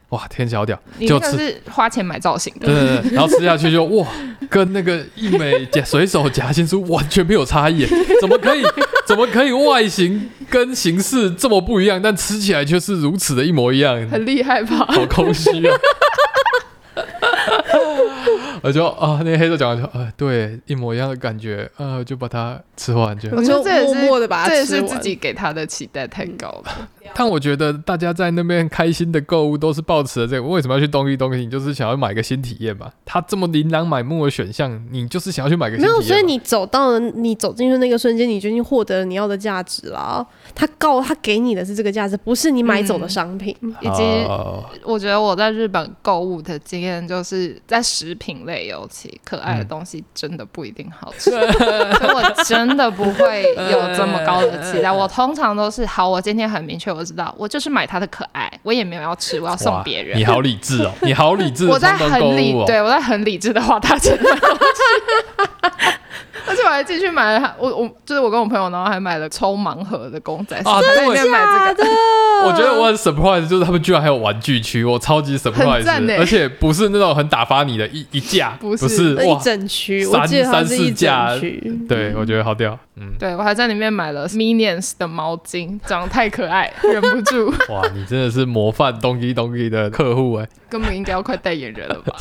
[SPEAKER 3] 哇，天小屌！
[SPEAKER 2] 你那
[SPEAKER 3] 就
[SPEAKER 2] 个是花钱买造型的。
[SPEAKER 3] 对对对，然后吃下去就 哇，跟那个一美夹水手夹心酥完全没有差异耶，怎么可以 怎么可以外形跟形式这么不一样，但吃起来却是如此的一模一样，
[SPEAKER 2] 很厉害吧？
[SPEAKER 3] 好空虚啊！ 我就啊，那个黑手讲完就啊，对，一模一样的感觉，呃，就把它吃完就。
[SPEAKER 2] 我觉得这也是
[SPEAKER 1] 就默默的把它
[SPEAKER 2] 这也
[SPEAKER 1] 吃
[SPEAKER 2] 是
[SPEAKER 1] 完。
[SPEAKER 2] 自己给他的期待太高了。
[SPEAKER 3] 但我觉得大家在那边开心的购物都是抱持了这个，为什么要去东一东西？你就是想要买个新体验嘛。它这么琳琅满目的选项，你就是想要去买个新
[SPEAKER 1] 没
[SPEAKER 3] 体验嘛。
[SPEAKER 1] 有，所以你走到了，你走进去那个瞬间，你就已经获得了你要的价值了。他告他给你的是这个价值，不是你买走的商品。
[SPEAKER 2] 以及
[SPEAKER 3] 哦
[SPEAKER 2] 我觉得我在日本购物的经验，就是在食品类尤其可爱的东西真的不一定好
[SPEAKER 3] 嗯
[SPEAKER 2] 吃，所以我真的不会有这么高的
[SPEAKER 3] 呃
[SPEAKER 2] 期待。我通常都是好，我今天很明确，我知道我就是买它的可爱，我也没有要吃，我要
[SPEAKER 3] 哇
[SPEAKER 2] 送别人
[SPEAKER 3] 你。好理智哦，你好理智的
[SPEAKER 2] 我在
[SPEAKER 3] 冲动购
[SPEAKER 2] 很理
[SPEAKER 3] 物哦。
[SPEAKER 2] 对我在很理智的花大钱买东西 还进去买了，我我就是我跟我朋友，然后还买了抽盲盒的公仔，
[SPEAKER 3] 啊
[SPEAKER 2] 在里面买这个
[SPEAKER 1] 假的，
[SPEAKER 3] 我觉得我很 surprise，就是他们居然还有玩具区，我超级 surprise，
[SPEAKER 2] 赞欸
[SPEAKER 3] 而且不是那种很打发你的一一架，
[SPEAKER 2] 不是
[SPEAKER 3] 是
[SPEAKER 1] 那
[SPEAKER 3] 哇
[SPEAKER 1] 一，整区，
[SPEAKER 3] 三
[SPEAKER 1] 我记得它是
[SPEAKER 3] 三四
[SPEAKER 1] 一
[SPEAKER 3] 架
[SPEAKER 1] 整区。
[SPEAKER 3] 对我觉得好屌，嗯，
[SPEAKER 2] 对我还在里面买了 Minions 的毛巾，长得太可爱， 忍不住，
[SPEAKER 3] 哇，你真的是模范东基东基的客户哎、
[SPEAKER 2] 根本应该要快代言人了吧？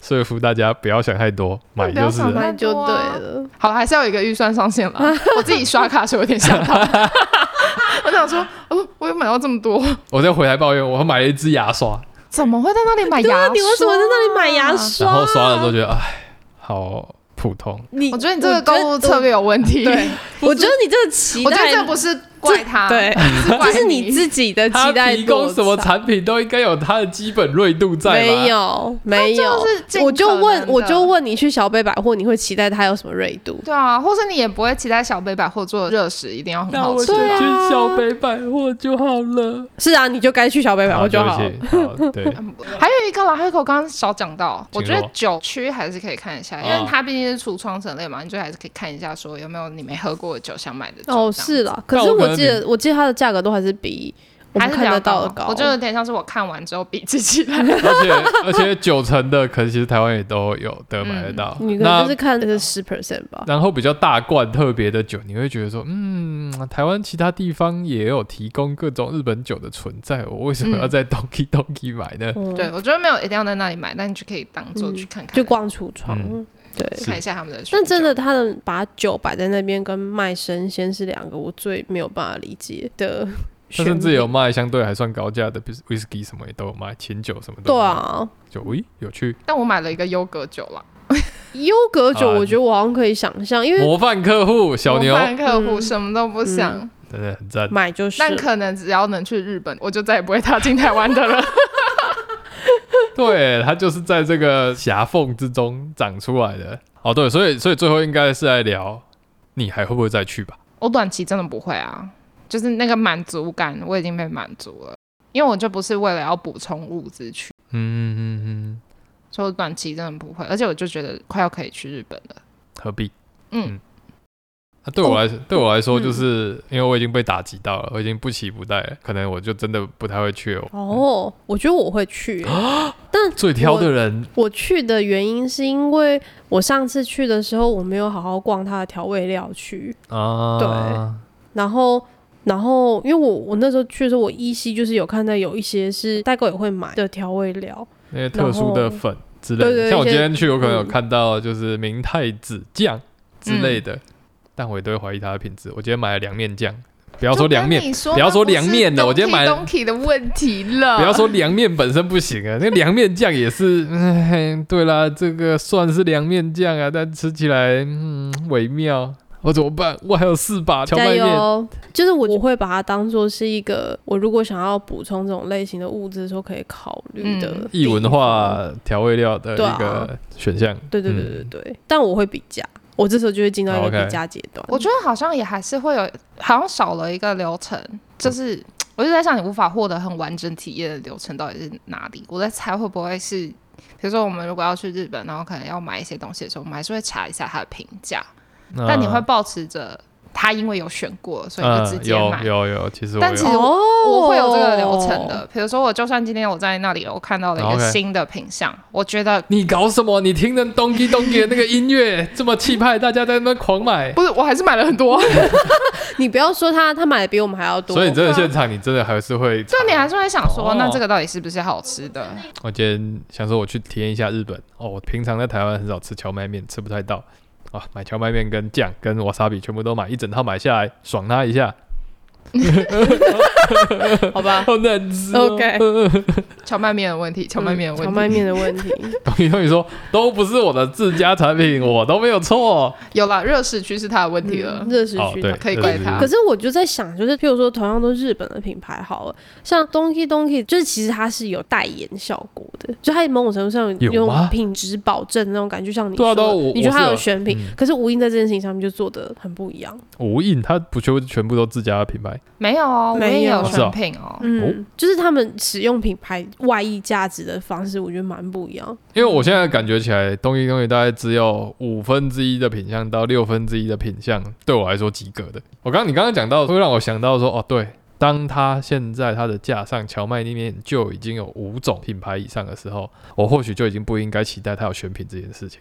[SPEAKER 3] 说服大家不要想太多，买
[SPEAKER 2] 不要
[SPEAKER 3] 就是
[SPEAKER 2] 想
[SPEAKER 3] 了
[SPEAKER 2] 太
[SPEAKER 1] 那就
[SPEAKER 2] 多
[SPEAKER 1] 对
[SPEAKER 2] 啊
[SPEAKER 1] 了，
[SPEAKER 2] 好了，还是要有一个预算上限 啦。我自己刷卡的时候有点想到， 我想说，哦，我有买到这么多，
[SPEAKER 3] 我再回来抱怨，我买了一支牙刷，
[SPEAKER 2] 怎么会在那里买
[SPEAKER 1] 对
[SPEAKER 2] 牙
[SPEAKER 1] 啊，
[SPEAKER 2] 刷？
[SPEAKER 1] 你为什么在那里买牙？刷？
[SPEAKER 3] 然后刷了之后觉得，哎，好普通，
[SPEAKER 1] 你
[SPEAKER 2] 我觉得你这个购物策略有问题。
[SPEAKER 1] 对，我觉得你这个期
[SPEAKER 2] 我觉得
[SPEAKER 1] 待
[SPEAKER 2] 这不是怪他，
[SPEAKER 1] 对，
[SPEAKER 2] 是怪
[SPEAKER 1] 这是你自己的
[SPEAKER 3] 他
[SPEAKER 1] 期待
[SPEAKER 3] 提供什么产品都应该有它的基本锐度在吧？
[SPEAKER 1] 没有，没有
[SPEAKER 2] 就是尽可能，的
[SPEAKER 1] 我就问，我就问你去小北百货，你会期待它有什么锐度？
[SPEAKER 2] 对啊，或是你也不会期待小北百货做的热食一定要很
[SPEAKER 3] 那
[SPEAKER 2] 好
[SPEAKER 3] 我
[SPEAKER 2] 吃。
[SPEAKER 3] 就
[SPEAKER 1] 对啊
[SPEAKER 3] 去小北百货就好了。
[SPEAKER 1] 是啊，你就该去小北百货就好了
[SPEAKER 3] 对。不起好，对，
[SPEAKER 2] 还有一个啦，还有一个我刚刚少讲到，
[SPEAKER 3] 请
[SPEAKER 2] 我
[SPEAKER 3] 说
[SPEAKER 2] 觉得酒区还是可以看一下，
[SPEAKER 3] 哦
[SPEAKER 2] 因为它毕竟是橱窗陈列嘛，你就还是可以看一下说有没有你没喝过的酒想买的酒。这
[SPEAKER 1] 哦，
[SPEAKER 2] 样
[SPEAKER 1] 是啦，可
[SPEAKER 3] 但
[SPEAKER 1] 是
[SPEAKER 3] 我可
[SPEAKER 1] 我
[SPEAKER 3] 能
[SPEAKER 1] 记得，我记得它的价格都还是比我
[SPEAKER 2] 还
[SPEAKER 1] 们
[SPEAKER 2] 是
[SPEAKER 1] 看
[SPEAKER 2] 比较
[SPEAKER 1] 得到的
[SPEAKER 2] 高
[SPEAKER 1] 高。
[SPEAKER 2] 我觉得有点像是我看完之后笔记起来。
[SPEAKER 3] 而且而且九成的，可能其实台湾也都有的买得到。
[SPEAKER 1] 你可能
[SPEAKER 3] 那
[SPEAKER 1] 就是看的十 percent 吧。
[SPEAKER 3] 然后比较大罐特别的酒，你会觉得说，嗯，台湾其他地方也有提供各种日本酒的存在，我为什么要在 Donkey Donkey 买呢？
[SPEAKER 1] 嗯
[SPEAKER 2] 对，，我觉得没有一定要在那里买，但你就可以当做去看看，
[SPEAKER 1] 就逛橱窗
[SPEAKER 3] 嗯，
[SPEAKER 1] 对。
[SPEAKER 3] 是
[SPEAKER 2] 看一下他们的。
[SPEAKER 1] 但真的，，他们把酒摆在那边跟卖生鲜是两个我最没有办法理解的
[SPEAKER 3] 他
[SPEAKER 1] 选择。
[SPEAKER 3] 甚至有卖相对还算高价的，比如 whisky 什么也都有卖，琴酒什么都
[SPEAKER 1] 对
[SPEAKER 3] 有卖，
[SPEAKER 1] 啊，
[SPEAKER 3] 就咦有趣，
[SPEAKER 2] 但我买了一个优格酒啦，
[SPEAKER 1] 优格酒
[SPEAKER 3] 好啊
[SPEAKER 1] 我觉得我好像可以想象，因为
[SPEAKER 3] 模范客户小牛
[SPEAKER 2] 模范客户
[SPEAKER 1] 嗯
[SPEAKER 2] 什么都不想，
[SPEAKER 3] 真的很赞，
[SPEAKER 1] 买嗯就是
[SPEAKER 2] 但可能只要能去日本，我就再也不会踏进台湾的了。
[SPEAKER 3] 对，它就是在这个狭缝之中长出来的。哦，对，所以所以最后应该是来聊，你还会不会再去吧？
[SPEAKER 2] 我短期真的不会啊，就是那个满足感我已经被满足了，因为我就不是为了要补充物资去，
[SPEAKER 3] 嗯嗯嗯嗯，
[SPEAKER 2] 所以我短期真的不会，而且我就觉得快要可以去日本了。
[SPEAKER 3] 何必？
[SPEAKER 2] 嗯，
[SPEAKER 3] 啊、对我来、对我来说，
[SPEAKER 1] 嗯
[SPEAKER 3] 就是、因为我已经被打击到了，我已经不期不待了，可能我就真的不太会去了。
[SPEAKER 1] 哦，我觉得我会去、
[SPEAKER 3] 啊最挑的人
[SPEAKER 1] 我去的原因是因为我上次去的时候我没有好好逛它的调味料区，
[SPEAKER 3] 啊，
[SPEAKER 1] 对然后。然后，因为我我那时候去的时候，我依稀就是有看到有一些是代购也会买的调味料，
[SPEAKER 3] 那些特殊的粉之类
[SPEAKER 1] 对对
[SPEAKER 3] 的，
[SPEAKER 1] 对
[SPEAKER 3] 像我
[SPEAKER 1] 一些
[SPEAKER 3] 今天去，我可能有
[SPEAKER 1] 嗯
[SPEAKER 3] 看到就是明太子酱之类的，但我也都会怀疑它的品质。我今天买了凉面酱，不要说凉面，
[SPEAKER 2] 不
[SPEAKER 3] 不要说凉面了我今天买了
[SPEAKER 2] 东体的问题了，
[SPEAKER 3] 不要说凉面本身不行啊，那凉面酱也是，嗯，对啦，这个算是凉面酱啊，但吃起来嗯微妙。我怎么办？我还有四把荞
[SPEAKER 1] 加
[SPEAKER 3] 麦面，
[SPEAKER 1] 油！就是我我会把它当做是一个，我如果想要补充这种类型的物质的时候可以考虑的
[SPEAKER 2] 嗯
[SPEAKER 3] 异文
[SPEAKER 1] 地方
[SPEAKER 3] 化调味料的一
[SPEAKER 1] 对啊
[SPEAKER 3] 个选项。
[SPEAKER 1] 对对对
[SPEAKER 3] 嗯
[SPEAKER 1] 对
[SPEAKER 3] 哦
[SPEAKER 1] 对，但我会比价，我这时候就会进到一个
[SPEAKER 3] OK
[SPEAKER 1] 比价阶段。
[SPEAKER 2] 我觉得好像也还是会有，好像少了一个流程，就是嘖我就在想，你无法获得很完整体验的流程到底是哪里？我在猜会不会是，比如说我们如果要去日本，然后可能要买一些东西的时候，我们还是会查一下它的评价，
[SPEAKER 3] 那
[SPEAKER 2] 但你会保持着它因为有选过，所以就直
[SPEAKER 3] 嗯，
[SPEAKER 2] 接
[SPEAKER 3] 有
[SPEAKER 2] 买。
[SPEAKER 3] 有有，其实我
[SPEAKER 2] 但
[SPEAKER 3] 有
[SPEAKER 2] 其实
[SPEAKER 1] 哦
[SPEAKER 2] 我会有这个流程的，比如说我就算今天我在那里我看到了一
[SPEAKER 3] OK
[SPEAKER 2] 个新的品相，我觉得
[SPEAKER 3] 你搞什么？你听着咚叽咚叽的那个音乐这么气派，大家在那边狂买，
[SPEAKER 2] 不是，我还是买了很多，
[SPEAKER 1] 你不要说他，他买的比我们还要多。嗯
[SPEAKER 3] 所以你真的现场你真的还是会查。
[SPEAKER 2] 就啊你还是会想说，
[SPEAKER 3] 哦
[SPEAKER 2] 那这个到底是不是好吃的？
[SPEAKER 3] 我今天想说我去体验一下日本哦，我平常在台湾很少吃荞麦面，吃不太到啊，买荞麦面跟酱跟瓦萨比全部都买一整套买下来，爽它一下，。
[SPEAKER 1] 好吧
[SPEAKER 3] 好难吃、哦。
[SPEAKER 1] OK，
[SPEAKER 2] 荞麦面的问题，荞麦面的问
[SPEAKER 1] 嗯荞
[SPEAKER 2] 题，嗯
[SPEAKER 1] 麦面的问 题，
[SPEAKER 3] 东西东西说都不是我的自家产品，我都没有错。
[SPEAKER 2] 有啦，热市区是他的
[SPEAKER 1] 嗯
[SPEAKER 2] 问题了。
[SPEAKER 1] 热食
[SPEAKER 3] 哦，
[SPEAKER 1] 区
[SPEAKER 3] 对，
[SPEAKER 1] 的。
[SPEAKER 2] 可以怪他
[SPEAKER 1] 可是我就在想，就是譬如说，同样都是日本的品牌好了，像 Donkey Donkey，就是其实它是有代言效果的，就它某种程度上
[SPEAKER 3] 有
[SPEAKER 1] 有
[SPEAKER 3] 吗
[SPEAKER 1] 品质保证那种感觉，就像你
[SPEAKER 3] 对啊
[SPEAKER 1] 说
[SPEAKER 3] 对啊
[SPEAKER 1] 的
[SPEAKER 3] 我，
[SPEAKER 1] 你觉
[SPEAKER 3] 我
[SPEAKER 1] 得它
[SPEAKER 3] 是有
[SPEAKER 1] 有选品
[SPEAKER 3] 嗯，
[SPEAKER 1] 可是无印在这件事情上面就做的很不一样。
[SPEAKER 3] 无印它不就全部都自家的品牌来，
[SPEAKER 2] 没有哦，我
[SPEAKER 1] 没
[SPEAKER 2] 也
[SPEAKER 1] 有
[SPEAKER 2] 有选品哦。
[SPEAKER 1] 嗯，就是他们使用品牌外溢价值的方式，我觉得蛮不一样。
[SPEAKER 3] 因为我现在感觉起来，东西东西大概只有五分之一的品相到六分之一的品相，对我来说及格的。我刚你刚刚讲到，会让我想到说，哦，对，当它现在它的架上荞麦里面就已经有五种品牌以上的时候，我或许就已经不应该期待它有选品这件事 情。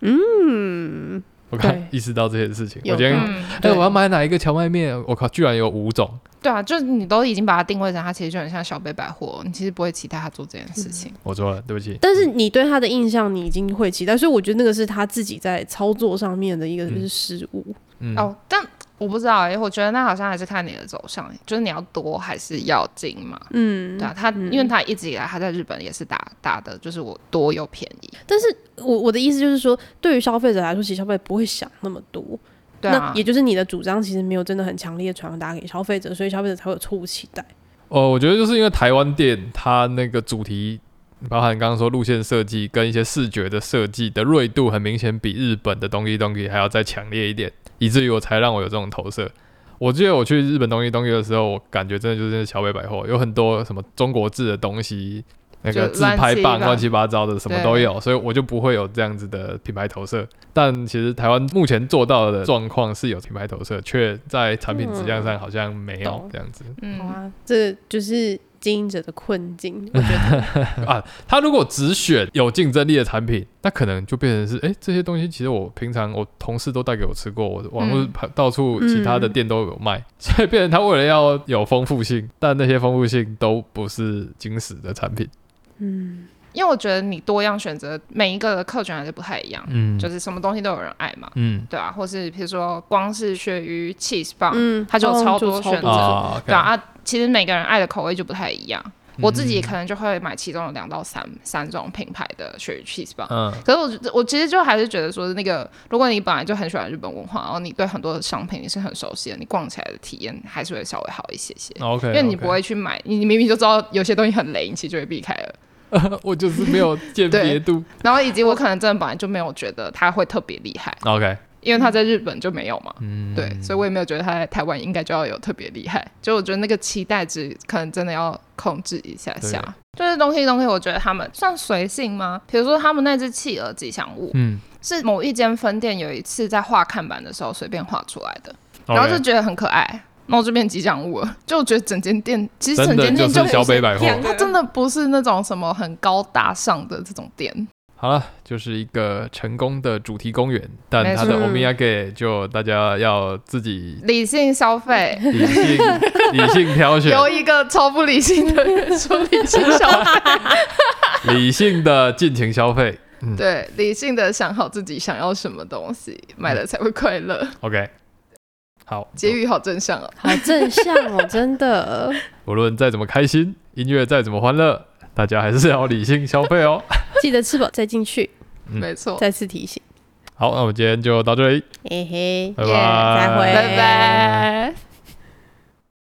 [SPEAKER 1] 嗯，
[SPEAKER 3] 我看
[SPEAKER 1] 对
[SPEAKER 3] 意识到这件事情，
[SPEAKER 1] 有
[SPEAKER 3] 我今天
[SPEAKER 1] 道
[SPEAKER 3] 哎、
[SPEAKER 2] 嗯，
[SPEAKER 1] 对
[SPEAKER 3] 我要买哪一个荞麦面？我靠，居然有五种。
[SPEAKER 2] 对啊，就是你都已经把它定位成，它其实就很像小北百货，你其实不会期待它做这件事情。
[SPEAKER 3] 我错了，对不起。
[SPEAKER 1] 但是你对他的印象，你已经会期待，所以我觉得那个是他自己在操作上面的一个就是失误。
[SPEAKER 3] 嗯，
[SPEAKER 2] 哦，但我不知道哎、我觉得那好像还是看你的走向，就是你要多还是要精嘛。
[SPEAKER 1] 嗯，
[SPEAKER 2] 对啊，他因为他一直以来他在日本也是打打的，就是我多又便宜。
[SPEAKER 1] 但是我我的意思就是说，对于消费者来说，其实消费者不会想那么多。
[SPEAKER 2] 对啊
[SPEAKER 1] 那也，就是你的主张其实没有真的很强烈地传达给消费者，所以消费者才会有错误期待。
[SPEAKER 3] 哦，我觉得就是因为台湾店它那个主题，包含刚刚说路线设计跟一些视觉的设计的锐度，很明显比日本的东西东西还要再强烈一点，以至于我才让我有这种投射。我记得我去日本东西东西的时候，我感觉真的就是小北百货，有很多什么中国制的东西，那个
[SPEAKER 2] 就
[SPEAKER 3] 自
[SPEAKER 2] 乱
[SPEAKER 3] 拍
[SPEAKER 2] 七
[SPEAKER 3] 棒
[SPEAKER 2] 八
[SPEAKER 3] 乱七八糟的什么
[SPEAKER 2] 对
[SPEAKER 3] 都有，所以我就不会有这样子的品牌投射。但其实台湾目前做到的状况是有品牌投射，却在产品质量上好像没有
[SPEAKER 1] 懂
[SPEAKER 3] 这样子。
[SPEAKER 1] 好
[SPEAKER 2] 嗯，
[SPEAKER 1] 啊，这就是经营者的困境。我觉得
[SPEAKER 3] 他如果只选有竞争力的产品，那可能就变成是，哎、这些东西其实我平常我同事都带给我吃过，我网络
[SPEAKER 2] 嗯
[SPEAKER 3] 跑到处其他的店都有卖，所以变成他为了要有丰富性，但那些丰富性都不是金石的产品。
[SPEAKER 1] 嗯，
[SPEAKER 2] 因为我觉得你多样选择，每一个的客群还是不太一样，
[SPEAKER 3] 嗯
[SPEAKER 2] 就是什么东西都有人爱嘛。
[SPEAKER 3] 嗯
[SPEAKER 2] 对啊，或是比如说光是鳕鱼 cheese 棒，
[SPEAKER 1] 嗯
[SPEAKER 2] 它就有超多选择
[SPEAKER 3] 啊，
[SPEAKER 2] 对啊啊，其实每个人爱的口味就不太一样。
[SPEAKER 3] 嗯
[SPEAKER 2] 我自己可能就会买其中有两到三三种品牌的鳕鱼 cheese 棒。
[SPEAKER 3] 嗯
[SPEAKER 2] 可是我觉得我其实就还是觉得说，那个如果你本来就很喜欢日本文化，然后你对很多的商品你是很熟悉的，你逛起来的体验还是会稍微好一些些。
[SPEAKER 3] 呃，OK，
[SPEAKER 2] 因为你不，会去买，你你明明就知道有些东西很雷，你其实就会避开了。
[SPEAKER 3] 我就是没有鉴别度。
[SPEAKER 2] 然后以及我可能真的本来就没有觉得它会特别厉害，
[SPEAKER 3] OK，
[SPEAKER 2] 因为它在日本就没有嘛。
[SPEAKER 3] 嗯，
[SPEAKER 2] 对，所以我也没有觉得他在台湾应该就要有特别厉害，就我觉得那个期待值可能真的要控制一下下。就是东西东西，我觉得他们算随性吗？比如说他们那只企鹅吉祥物，
[SPEAKER 3] 嗯，
[SPEAKER 2] 是某一间分店有一次在画看板的时候随便画出来的，
[SPEAKER 3] OK，
[SPEAKER 2] 然后就觉得很可爱，那我就变吉祥物了。就我觉得整间店其实
[SPEAKER 3] 真
[SPEAKER 2] 整
[SPEAKER 3] 的
[SPEAKER 2] 间
[SPEAKER 3] 就
[SPEAKER 2] 店
[SPEAKER 3] 是
[SPEAKER 2] 很
[SPEAKER 3] 小北百货。
[SPEAKER 2] 它真的不是那种什么很高大上的这种店，
[SPEAKER 3] 好了，就是一个成功的主题公园，但它的
[SPEAKER 1] 没错
[SPEAKER 3] omiyage 就大家要自己
[SPEAKER 2] 理性消 费，
[SPEAKER 3] 理性理性挑选，
[SPEAKER 2] 由一个超不理性的人说理性消费。
[SPEAKER 3] 理性的尽情消费。嗯
[SPEAKER 2] 对，理性的想好自己想要什么东西，买了才会快乐。
[SPEAKER 3] ，OK，好。
[SPEAKER 2] 结语好正向哦。
[SPEAKER 1] 好正向哦，真的。
[SPEAKER 3] 无论再怎么开心，音乐再怎么欢乐，大家还是要理性消费哦。
[SPEAKER 1] 记得吃饱再进去，
[SPEAKER 3] 嗯
[SPEAKER 2] 没错，
[SPEAKER 1] 再次提醒。
[SPEAKER 3] 好，那我们今天就到这里，
[SPEAKER 1] 嘿嘿，
[SPEAKER 3] 拜
[SPEAKER 2] 耶
[SPEAKER 3] 拜，
[SPEAKER 1] 再会
[SPEAKER 2] 拜拜。